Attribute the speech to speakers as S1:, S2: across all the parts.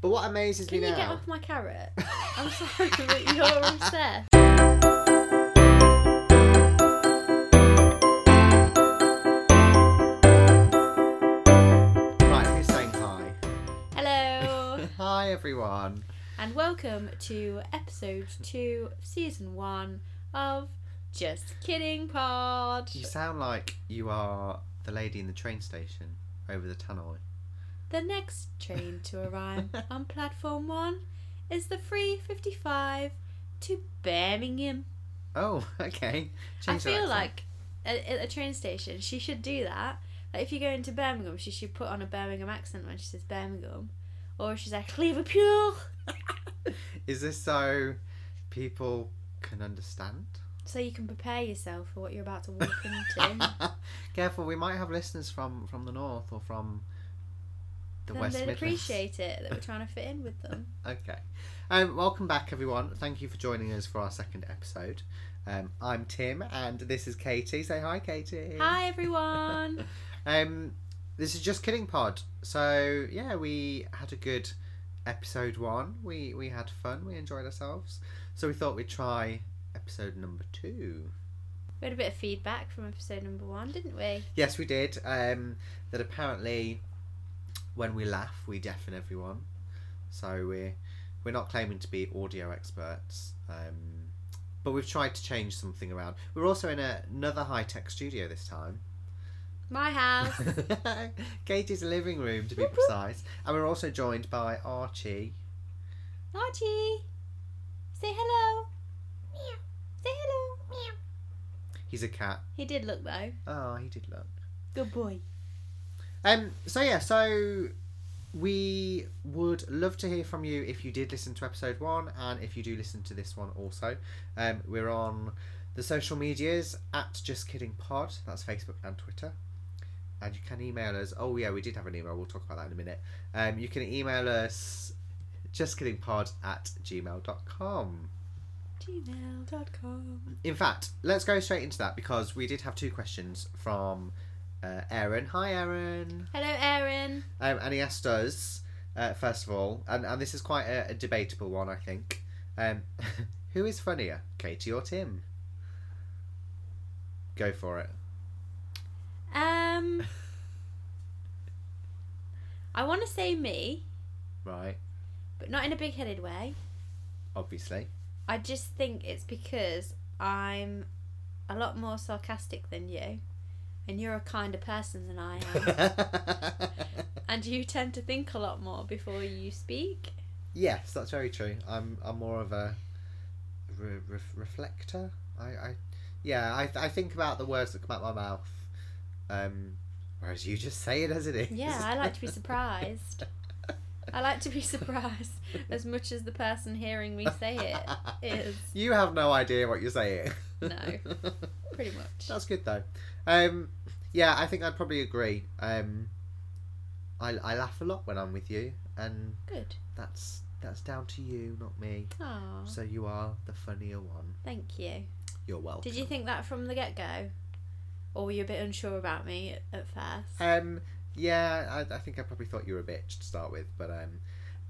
S1: But what amazes
S2: Can
S1: me
S2: you
S1: now.
S2: get off my carrot? I'm sorry, but you're obsessed.
S1: Right, who's saying hi?
S2: Hello,
S1: Hi, everyone.
S2: and welcome to episode two, of season one of Just Kidding Pod.
S1: You sound like you are the lady in the train station over the tannoy.
S2: The next train to arrive on platform one is the 3:55 to Birmingham.
S1: Oh, okay. Change
S2: I
S1: your
S2: feel
S1: accent.
S2: like at, at a train station, she should do that. Like if you go into Birmingham, she should put on a Birmingham accent when she says Birmingham, or if she's like Liverpool.
S1: Is this so people can understand?
S2: So you can prepare yourself for what you're about to walk into.
S1: Careful, we might have listeners from from the north or from the
S2: then
S1: West
S2: they'd
S1: Midlands.
S2: appreciate it that we're trying to fit in with them.
S1: Okay. Um, welcome back, everyone. Thank you for joining us for our second episode. Um, I'm Tim, and this is Katie. Say hi, Katie.
S2: Hi everyone.
S1: Um, this is just kidding pod. So yeah, we had a good episode one. We we had fun. We enjoyed ourselves. So we thought we'd try episode number two.
S2: We had a bit of feedback from episode number one, didn't we?
S1: Yes, we did. Um, that apparently, when we laugh, we deafen everyone. So we're we're not claiming to be audio experts. Um, but we've tried to change something around. We're also in a, another high tech studio this time.
S2: My house.
S1: Katie's living room, to be
S2: Whoop whoop.
S1: precise. And we're also joined by Archie.
S2: Archie, say hello. Meow. Say hello. Meow.
S1: He's a cat.
S2: He did look though.
S1: Oh, he did look.
S2: Good boy.
S1: Um. So yeah. So we would love to hear from you if you did listen to episode one, and if you do listen to this one also. Um, we're on the social medias at Just Kidding Pod. That's Facebook and Twitter. And you can email us. Oh yeah, we did have an email. We'll talk about that in a minute. Um, you can email us justkiddingpod at gmail.com.
S2: Gmail.com.
S1: In fact, let's go straight into that because we did have two questions from uh, Aaron. Hi, Aaron.
S2: Hello, Erin.
S1: Um, and he asked us, uh, first of all, and, and this is quite a, a debatable one, I think. Um, who is funnier, Katie or Tim? Go for it.
S2: Um, I want to say me,
S1: Right,
S2: but not in a big headed way.
S1: obviously.
S2: I just think it's because I'm a lot more sarcastic than you, and you're a kinder person than I am. and you tend to think a lot more before you speak.
S1: yes, that's very true. I'm I'm more of a re- re- reflector. I, I yeah, I, I think about the words that come out my mouth. Um, whereas you just say it as it is.
S2: Yeah, I like to be surprised. I like to be surprised as much as the person hearing me say it is.
S1: You have no idea what you're saying.
S2: No. Pretty much.
S1: That's good though. Um, yeah, I think I'd probably agree. Um, I, I laugh a lot when I'm with you, and
S2: Good.
S1: that's that's down to you, not me.
S2: Aw,
S1: So you are the funnier one.
S2: thank you.
S1: You're welcome.
S2: Did you think that from the get go? Or were you a bit unsure about me at- at first?
S1: Um, yeah, I, I think I probably thought you were a bitch to start with, but um,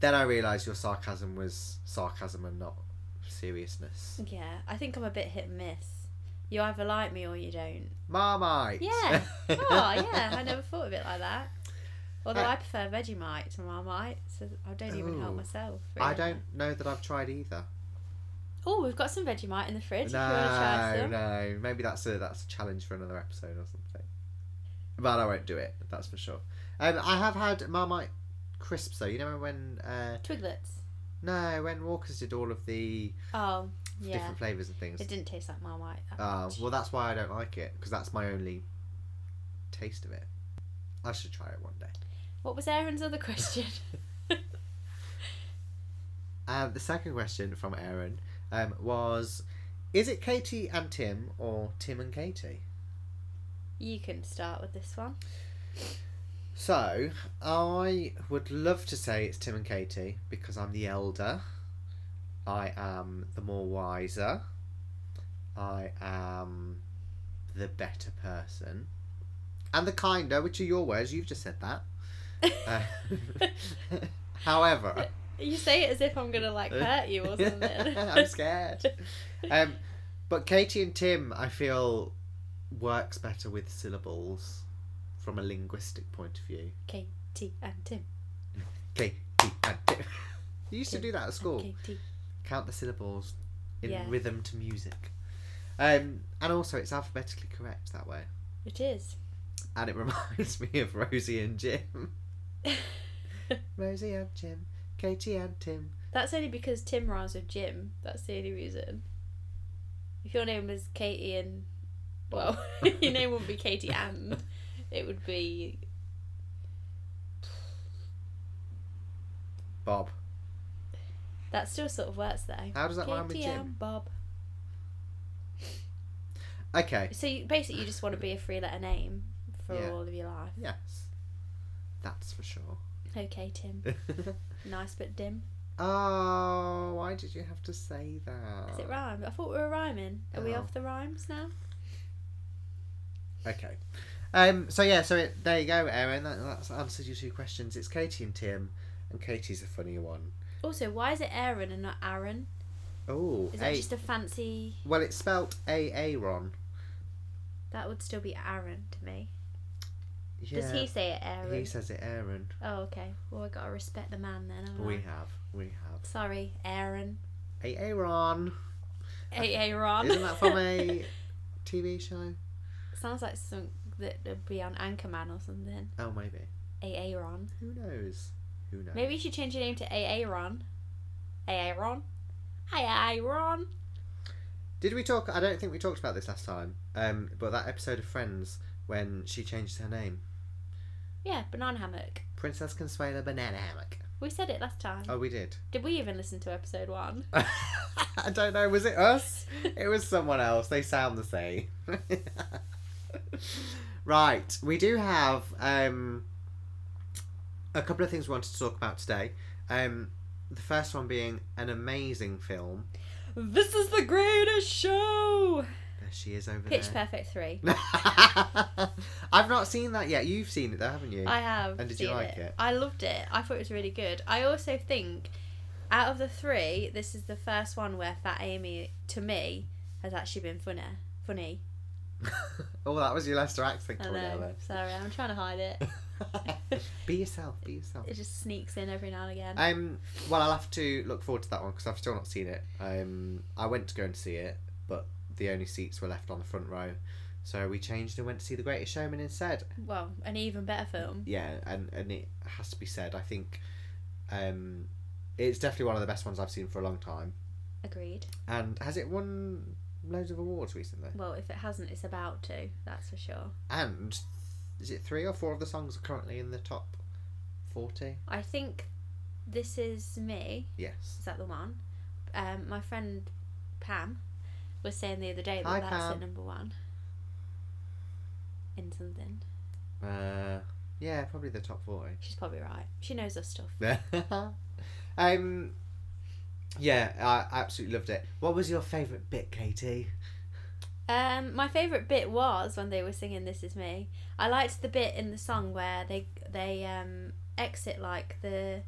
S1: then I realised your sarcasm was sarcasm and not seriousness.
S2: Yeah, I think I'm a bit hit and miss. You either like me or you don't.
S1: Marmite.
S2: Yeah. Oh, yeah, I never thought of it like that. Although
S1: Uh,
S2: I prefer Vegemite to Marmite, so I don't even help
S1: Ooh.
S2: myself.
S1: I
S2: really.
S1: don't know that I've tried either.
S2: Oh, we've got some Vegemite in the fridge if you want to try
S1: No,
S2: some.
S1: no. Maybe that's a that's a challenge for another episode or something. But I won't do it. That's for sure. Um, I have had Marmite crisps though. You know when? Uh,
S2: Twiglets.
S1: no, when Walkers did all of the
S2: Oh, yeah.
S1: different flavors and things.
S2: It didn't taste like Marmite. That
S1: Oh,
S2: much.
S1: well, that's why I don't like it because that's my only taste of it. I should try it one day.
S2: What was Aaron's other question?
S1: And Um, the second question from Aaron um, was, is it Katie and Tim or Tim and Katie?
S2: you can start with this one.
S1: So, I would love to say it's Tim and Katie because I'm the elder. I am the more wiser. I am the better person. And the kinder, which are your words, you've just said that. Uh, however,
S2: You say it as if I'm gonna like hurt you or something.
S1: I'm scared. Um, but Katie and Tim, I feel, works better with syllables from a linguistic point of view.
S2: Katie and Tim.
S1: Katie and Tim. You used to do that at school.
S2: Katie.
S1: Count the syllables in
S2: Yeah.
S1: rhythm to music. Um, and also, it's alphabetically correct that way.
S2: It is.
S1: And it reminds me of Rosie and Jim. Rosie and Jim. Katie and Tim.
S2: That's only because Tim rhymes with Jim. That's the only reason. If your name was Katie and well, your name wouldn't be Katie and it would be
S1: Bob.
S2: that still sort of works though.
S1: How does that rhyme with
S2: Katie
S1: Jim?
S2: and Bob.
S1: Okay.
S2: So you, basically, you just want to be a three letter name for
S1: Yeah.
S2: all of your life.
S1: Yes. That's for sure.
S2: Okay, Tim. Nice but dim.
S1: oh, why did you have to say
S2: Is it
S1: that?
S2: rhymed? I thought we were rhyming. Are we
S1: Oh.
S2: off the rhymes now?
S1: Okay. Um. So yeah. So it, there you go, Erin. That, that's answered your two questions. It's Katie and Tim, and Katie's a funnier one.
S2: Also, why is it Aaron and not Aaron?
S1: Oh,
S2: Is that
S1: a
S2: just a fancy?
S1: well, it's spelt A A Ron.
S2: That would still be Aaron to me.
S1: Yeah.
S2: Does he say it
S1: he
S2: Aaron?
S1: says it Aaron.
S2: Oh, okay. Well, I gotta respect the man then. haven't
S1: We
S2: I?
S1: have. We have.
S2: Sorry, Aaron.
S1: A A Ron.
S2: Hey, Aaron.
S1: Isn't that from a TV show?
S2: Sounds like something that would be on Anchorman or something.
S1: Oh, maybe.
S2: A Aaron.
S1: Who knows? Who knows?
S2: Maybe you should change your name to A Aaron. A Aaron. Hi, Aaron.
S1: Did we talk? I don't think we talked about this last time. Um, but that episode of Friends when she changes her name,
S2: Yeah, banana hammock.
S1: Princess Consuela Banana Hammock.
S2: We said it last time.
S1: Oh, we did.
S2: Did we even listen to episode one?
S1: I don't know. Was it us? It was someone else. They sound the same. right. We do have um, a couple of things we wanted to talk about today. Um, the first one being an amazing film.
S2: this is the greatest show.
S1: There she is over
S2: Pitch
S1: there.
S2: Perfect three.
S1: I've not seen that yet. You've seen it though, haven't you?
S2: I have.
S1: And did you
S2: seen
S1: like it?
S2: I loved it. I thought it was really good. I also think, out of the three, this is the first one where Fat Amy, to me, has actually been funny. Funny.
S1: oh, that was your Leicester accent
S2: I
S1: coming out
S2: know. Sorry, I'm trying to hide it.
S1: there. be yourself. Be yourself.
S2: It just sneaks in every now and again.
S1: Um, well, I'll have to look forward to that one because I've still not seen it. Um, I went to go and see it, but the only seats were left on the front row, so we changed and went to see The Greatest Showman instead.
S2: well, an even better film.
S1: Yeah, and and it has to be said, I think, um, it's definitely one of the best ones I've seen for a long time.
S2: Agreed.
S1: And has it won loads of awards recently?
S2: Well, if it hasn't, it's about to. That's for sure.
S1: And is it three or four of the songs are currently in the top forty?
S2: I think this is me.
S1: Yes.
S2: Is that the one? Um, my friend Pam was saying the other day that
S1: Hi,
S2: that's
S1: Pam.
S2: at number one in something.
S1: Uh, yeah, probably the top forty.
S2: She's probably right. She knows her stuff.
S1: um, yeah, I absolutely loved it. What was your favourite bit, Katie?
S2: Um, my favourite bit was when they were singing "This Is Me." I liked the bit in the song where they they um, exit like the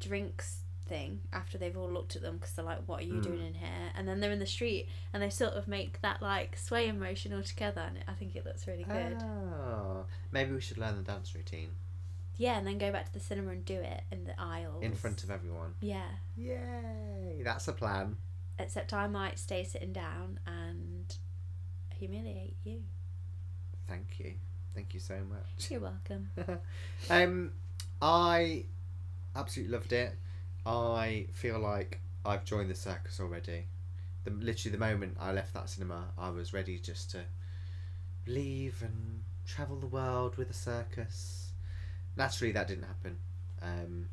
S2: drinks thing after they've all looked at them because they're like, "What are you
S1: Mm.
S2: doing in here?" And then they're in the street and they sort of make that like swaying motion all together, and I think it looks really good.
S1: Oh, maybe we should learn the dance routine
S2: Yeah, and then go back to the cinema and do it in the aisles.
S1: in front of everyone.
S2: Yeah,
S1: Yay! That's a plan.
S2: except I might stay sitting down and humiliate you.
S1: Thank you. Thank you so much.
S2: You're welcome.
S1: Um, I absolutely loved it. I feel like I've joined the circus already. The, literally, the moment I left that cinema, I was ready just to leave and travel the world with a circus. Naturally, that didn't happen. Um,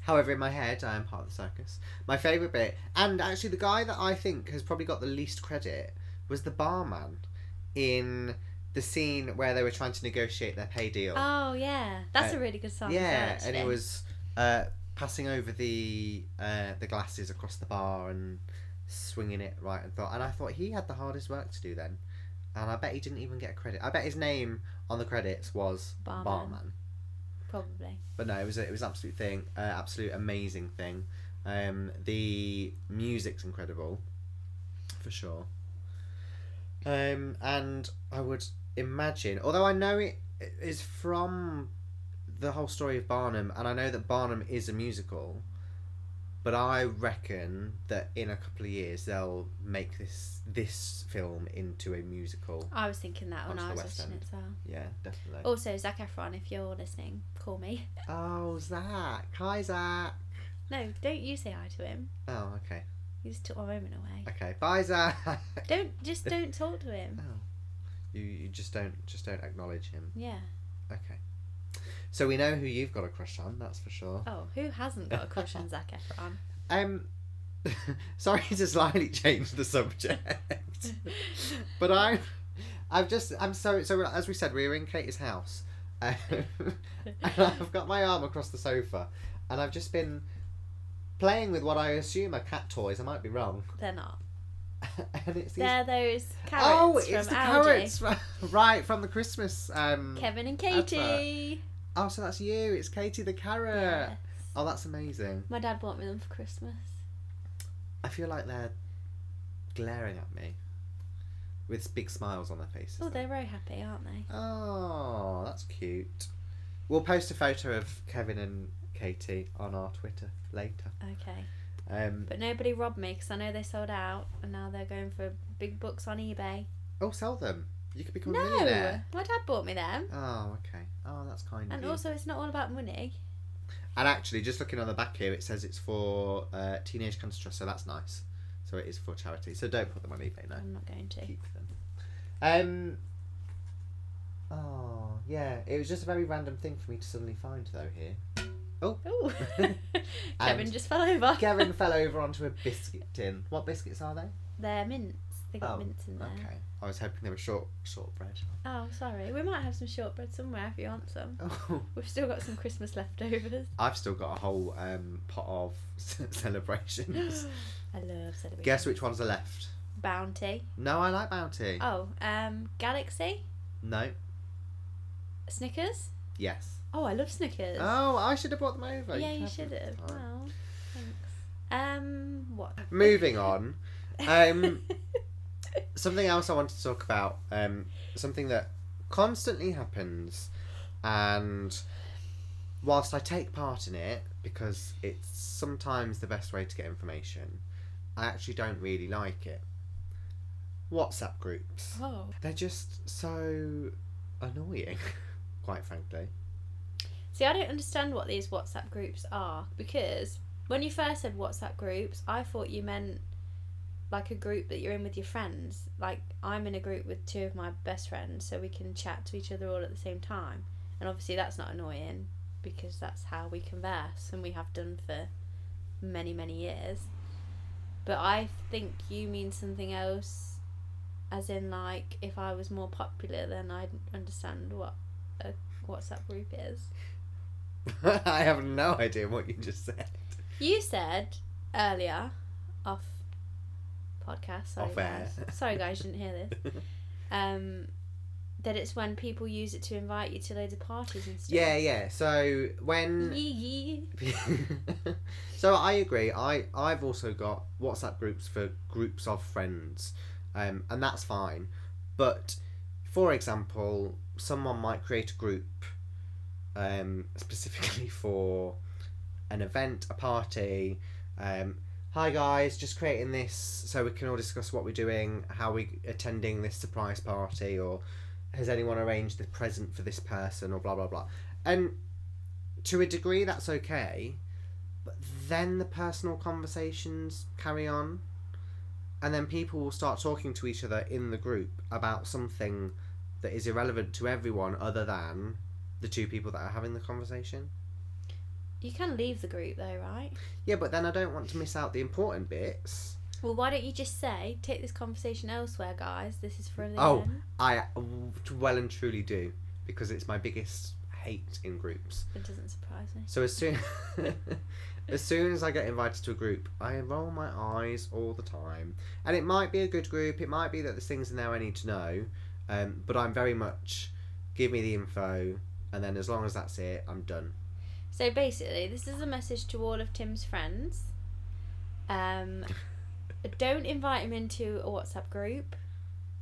S1: however, in my head, I am part of the circus. My favourite bit, and actually, the guy that I think has probably got the least credit was the barman in the scene where they were trying to negotiate their pay deal.
S2: Oh yeah, that's
S1: Uh,
S2: a really good song. as well,
S1: Yeah, and it
S2: actually.
S1: was uh, passing over the uh, the glasses across the bar and swinging it right and thought. And I thought he had the hardest work to do then, and I bet he didn't even get a credit. I bet his name on the credits was
S2: Barman.
S1: Barman.
S2: Probably.
S1: but no, it was a, it was an absolute thing, uh, absolute amazing thing. Um, the music's incredible, for sure. Um, and I would imagine, although I know it is from the whole story of Barnum, and I know that Barnum is a musical, but I reckon that in a couple of years they'll make this this film into a musical.
S2: I was thinking that when
S1: Onto
S2: I
S1: the
S2: was
S1: West
S2: watching
S1: End.
S2: it as well.
S1: Yeah, definitely. Oh,
S2: Also, Zac Efron, if you're listening, call me.
S1: Zach! Oh, Hi, Zach!
S2: No, don't you say hi to him.
S1: Oh, okay.
S2: You just took my moment away.
S1: Okay, bye, Zach.
S2: Don't just don't talk to him.
S1: you, you just don't just don't acknowledge him.
S2: Yeah.
S1: Okay. So we know who you've got a crush on, that's for sure.
S2: Oh, who hasn't got a crush on Zac Efron?
S1: Um, sorry to slightly change the subject, but I, I've just I'm so so as we said we were in Katie's house, um, and I've got my arm across the sofa, and I've just been playing with what I assume are cat toys. I might be wrong,
S2: They're not.
S1: and it's these.
S2: They're those carrots
S1: Oh,
S2: from
S1: it's the
S2: Aldi.
S1: carrots, right from the Christmas. Um,
S2: Kevin and
S1: advert.
S2: Katie.
S1: Oh, so that's you. It's Katie the carrot.
S2: Yes.
S1: Oh, that's amazing.
S2: My dad bought me them for Christmas.
S1: I feel like they're glaring at me with big smiles on their faces.
S2: Oh, they're very happy, aren't they?
S1: Oh, that's cute. We'll post a photo of Kevin and Katie on our Twitter later.
S2: Okay.
S1: Um,
S2: But nobody robbed me because I know they sold out and now they're going for big bucks on eBay.
S1: oh, sell them. You could become
S2: No!
S1: a millionaire.
S2: My dad bought me them.
S1: Oh, okay. Oh, that's kind of
S2: And
S1: you.
S2: also, it's not all about money.
S1: and actually, just looking on the back here, it says it's for uh, Teenage Cancer Trust, so that's nice. So it is for charity. So don't put them on eBay, no.
S2: I'm not going to.
S1: keep them. Um. Oh yeah, it was just a very random thing for me to suddenly find though here.
S2: Oh, Kevin
S1: And
S2: just fell over.
S1: Kevin fell over onto a biscuit tin. What biscuits are they?
S2: They're mints. They got
S1: Oh,
S2: mints in there.
S1: Okay, I was hoping they were short shortbread.
S2: Oh, sorry. We might have some shortbread somewhere if you want some.
S1: Oh,
S2: We've still got some Christmas leftovers.
S1: I've still got a whole um, pot of celebrations.
S2: I love celebrating.
S1: Guess which ones are left?
S2: Bounty.
S1: No, I like Bounty.
S2: Oh, um, Galaxy.
S1: No.
S2: Snickers.
S1: Yes.
S2: Oh, I love Snickers.
S1: Oh, I should have brought them over.
S2: yeah,
S1: can
S2: you
S1: have them.
S2: should have.
S1: Fine.
S2: Wow. Thanks. Um, what?
S1: Moving on. Um, something else I want to talk about, um, something that constantly happens, and whilst I take part in it because it's sometimes the best way to get information, I actually don't really like it. WhatsApp groups.
S2: oh.
S1: They're just so annoying, quite frankly.
S2: See, I don't understand what these WhatsApp groups are because when you first said WhatsApp groups, I thought you meant like a group that you're in with your friends. Like I'm in a group with two of my best friends, so we can chat to each other all at the same time. And obviously, that's not annoying because that's how we converse and we have done for many, many years. But I think you mean something else, as in like if I was more popular, then I'd understand what a WhatsApp group is.
S1: I have no idea what you just said.
S2: You said earlier, off podcast, sorry
S1: Off air.
S2: guys. Sorry guys, you didn't hear this. Um, that it's when people use it to invite you to loads of parties and stuff.
S1: yeah, yeah. So when
S2: Yee yee.
S1: so I agree. I I've also got WhatsApp groups for groups of friends, um, and that's fine. But for example, someone might create a group um, specifically for an event, a party. Um, Hi guys, just creating this so we can all discuss what we're doing, how we attending this surprise party, or has anyone arranged the present for this person, or blah blah blah. And to a degree that's okay but then the personal conversations carry on and then people will start talking to each other in the group about something that is irrelevant to everyone other than the two people that are having the conversation
S2: You can leave the group though, right?
S1: yeah but then i don't want to miss out the important bits
S2: Well, why don't you just say, take this conversation elsewhere, guys? This is for a
S1: Oh.
S2: little
S1: i well and truly do because it's my biggest hate in groups
S2: It doesn't surprise me.
S1: So as soon as soon as I get invited to a group, I roll my eyes all the time. And it might be a good group, it might be that there's things in there I need to know, um, but I'm very much give me the info and then as long as that's it, I'm done.
S2: So basically, this is a message to all of Tim's friends. Um, don't invite him into a WhatsApp group,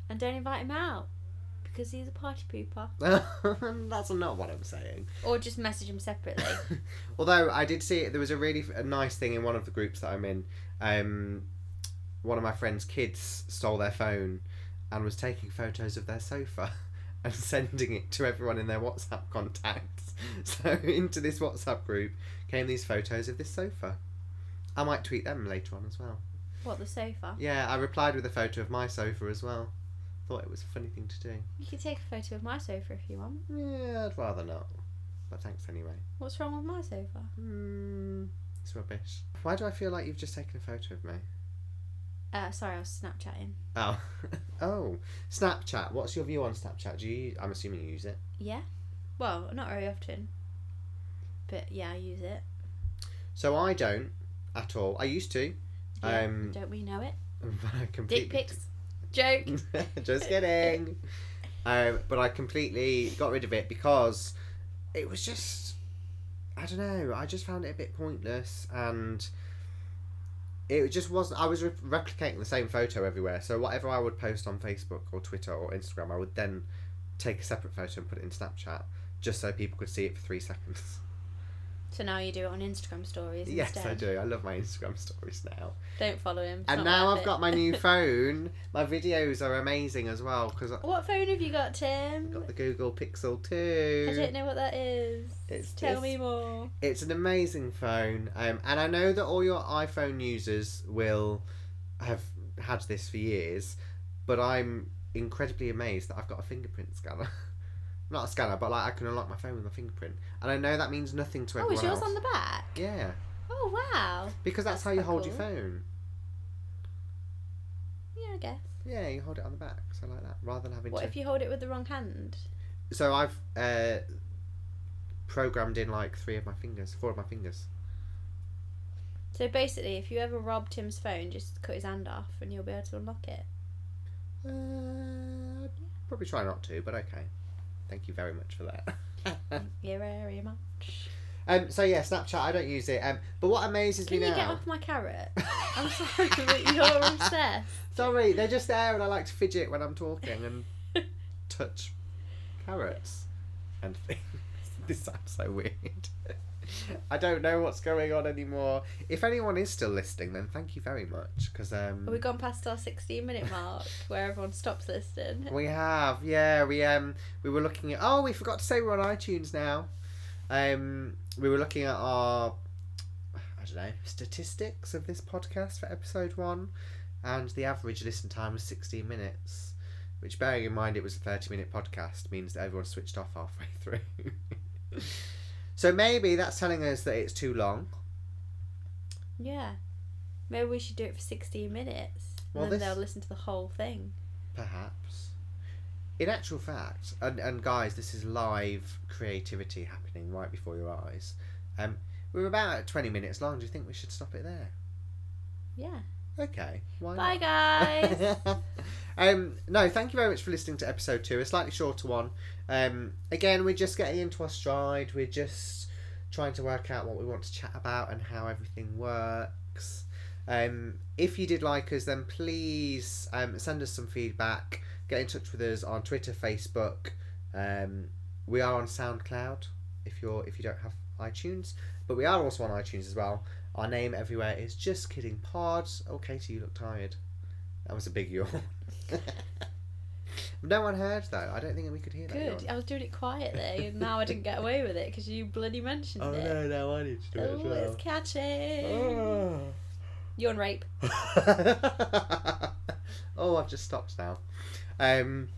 S2: and don't invite him out because he's a party pooper.
S1: that's not what I'm saying.
S2: Or just message him separately.
S1: Although I did see there was a really f- a nice thing in one of the groups that I'm in. Um, one of my friend's kids stole their phone and was taking photos of their sofa and sending it to everyone in their WhatsApp contacts. So into this WhatsApp group came these photos of this sofa. I might tweet them later on as well.
S2: what the sofa?
S1: Yeah, I replied with a photo of my sofa as well. Thought it was a funny thing to do.
S2: You can take a photo of my sofa if you want.
S1: Yeah, I'd rather not. But thanks anyway.
S2: What's wrong with my sofa? Hmm.
S1: Mm, it's rubbish. Why do I feel like you've just taken a photo of me?
S2: Uh, sorry, I was Snapchatting.
S1: Oh, oh, Snapchat. What's your view on Snapchat? Do you? I'm assuming you use it.
S2: Yeah. Well, not very often. But yeah, I use it.
S1: So I don't at all. I used to.
S2: Yeah,
S1: Um,
S2: don't we know it?
S1: But I completely
S2: Dick pics. Joke.
S1: Just kidding. um, but I completely got rid of it because it was just I don't know. I just found it a bit pointless, and it just wasn't. I was re- replicating the same photo everywhere. So whatever I would post on Facebook or Twitter or Instagram, I would then take a separate photo and put it in Snapchat, just so people could see it for three seconds.
S2: So now you do it on Instagram stories
S1: yes,
S2: instead.
S1: I do. I love my Instagram stories now.
S2: Don't follow him. It's
S1: And
S2: not
S1: now
S2: worth
S1: I've
S2: it.
S1: got my new phone. My videos are amazing as well because I've
S2: what phone have you got, Tim?
S1: got the Google Pixel
S2: I don't
S1: 2.
S2: know what that is.
S1: It's- it's-
S2: Tell me more.
S1: It's an amazing phone. Um, and I know that all your iPhone users will have had this for years, but I'm incredibly amazed that I've got a fingerprint scanner. Not a scanner, but like I can unlock my phone with my fingerprint. And I know that means nothing to
S2: Oh,
S1: everyone
S2: is yours
S1: else.
S2: on the back?
S1: Yeah,
S2: Oh wow.
S1: because that's,
S2: That's
S1: how you
S2: quite
S1: hold your
S2: cool.
S1: phone.
S2: Yeah, I guess.
S1: Yeah, you hold it on the back, so like that, rather than having
S2: What
S1: to
S2: if you hold it with the wrong hand?
S1: So I've uh, programmed in like three of my fingers, four of my fingers.
S2: So basically, if you ever rob Tim's phone, just cut his hand off and you'll be able to unlock it.
S1: Uh, I'd probably try not to, but okay. Thank you very much for that.
S2: Yeah, very much.
S1: um, so yeah, Snapchat. I don't use it. Um, but what amazes
S2: Can
S1: me
S2: you
S1: now.
S2: get off my carrot? I'm sorry, but you're obsessed.
S1: Sorry, they're just there, and I like to fidget when I'm talking and touch carrots and things. This sounds so weird. I don't know what's going on anymore. If anyone is still listening, then thank you very much because um.
S2: Are we gone past our 16 minute mark where everyone stops listening?
S1: We have, yeah. We um we were looking at oh we forgot to say we're on iTunes now. Um we were looking at our I don't know, statistics of this podcast for episode one and the average listen time was sixteen minutes. Which bearing in mind it was a thirty minute podcast means that everyone switched off halfway through. so maybe that's telling us that it's too long.
S2: Yeah. Maybe we should do it for 16 minutes. And
S1: Well,
S2: then
S1: this-
S2: they'll listen to the whole thing.
S1: perhaps. In actual fact, and, and guys, this is live creativity happening right before your eyes. Um, we're about at 20 minutes long. Do you think we should stop it there?
S2: Yeah.
S1: Okay. Why
S2: Bye,
S1: not?
S2: guys.
S1: um, no, thank you very much for listening to episode two. A slightly shorter one. Um, again, we're just getting into our stride. We're just trying to work out what we want to chat about and how everything works. Um, if you did like us, then please um, send us some feedback. Get in touch with us on Twitter, Facebook. Um, we are on SoundCloud. If you're if you don't have iTunes, but we are also on iTunes as well. Our name everywhere is just kidding pods. Oh, Katie, you look tired. That was a big yawn. no one heard though. I don't think we could hear that.
S2: Good.
S1: yawn.
S2: I was doing it quietly and now I didn't get away with it because you bloody mentioned
S1: Oh
S2: it.
S1: no, no, I need to do it as
S2: Oh,
S1: well.
S2: it's catchy. You're on rape.
S1: Ah. oh, I've just stopped now. Um,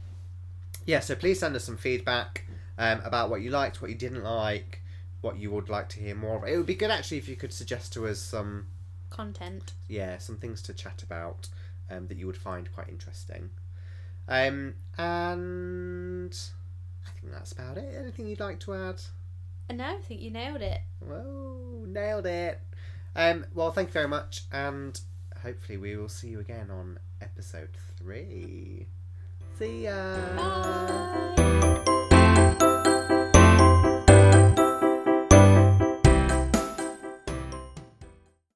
S1: yeah, so please send us some feedback um, about what you liked, what you didn't like, what you would like to hear more of. It would be good actually if you could suggest to us some
S2: Content.
S1: yeah, some things to chat about um, that you would find quite interesting. Um, and I think that's about it. Anything you'd like to add?
S2: And no, I think you nailed it.
S1: Whoa, nailed it. Um, well, thank you very much, and hopefully we will see you again on episode three. See ya.
S2: Bye.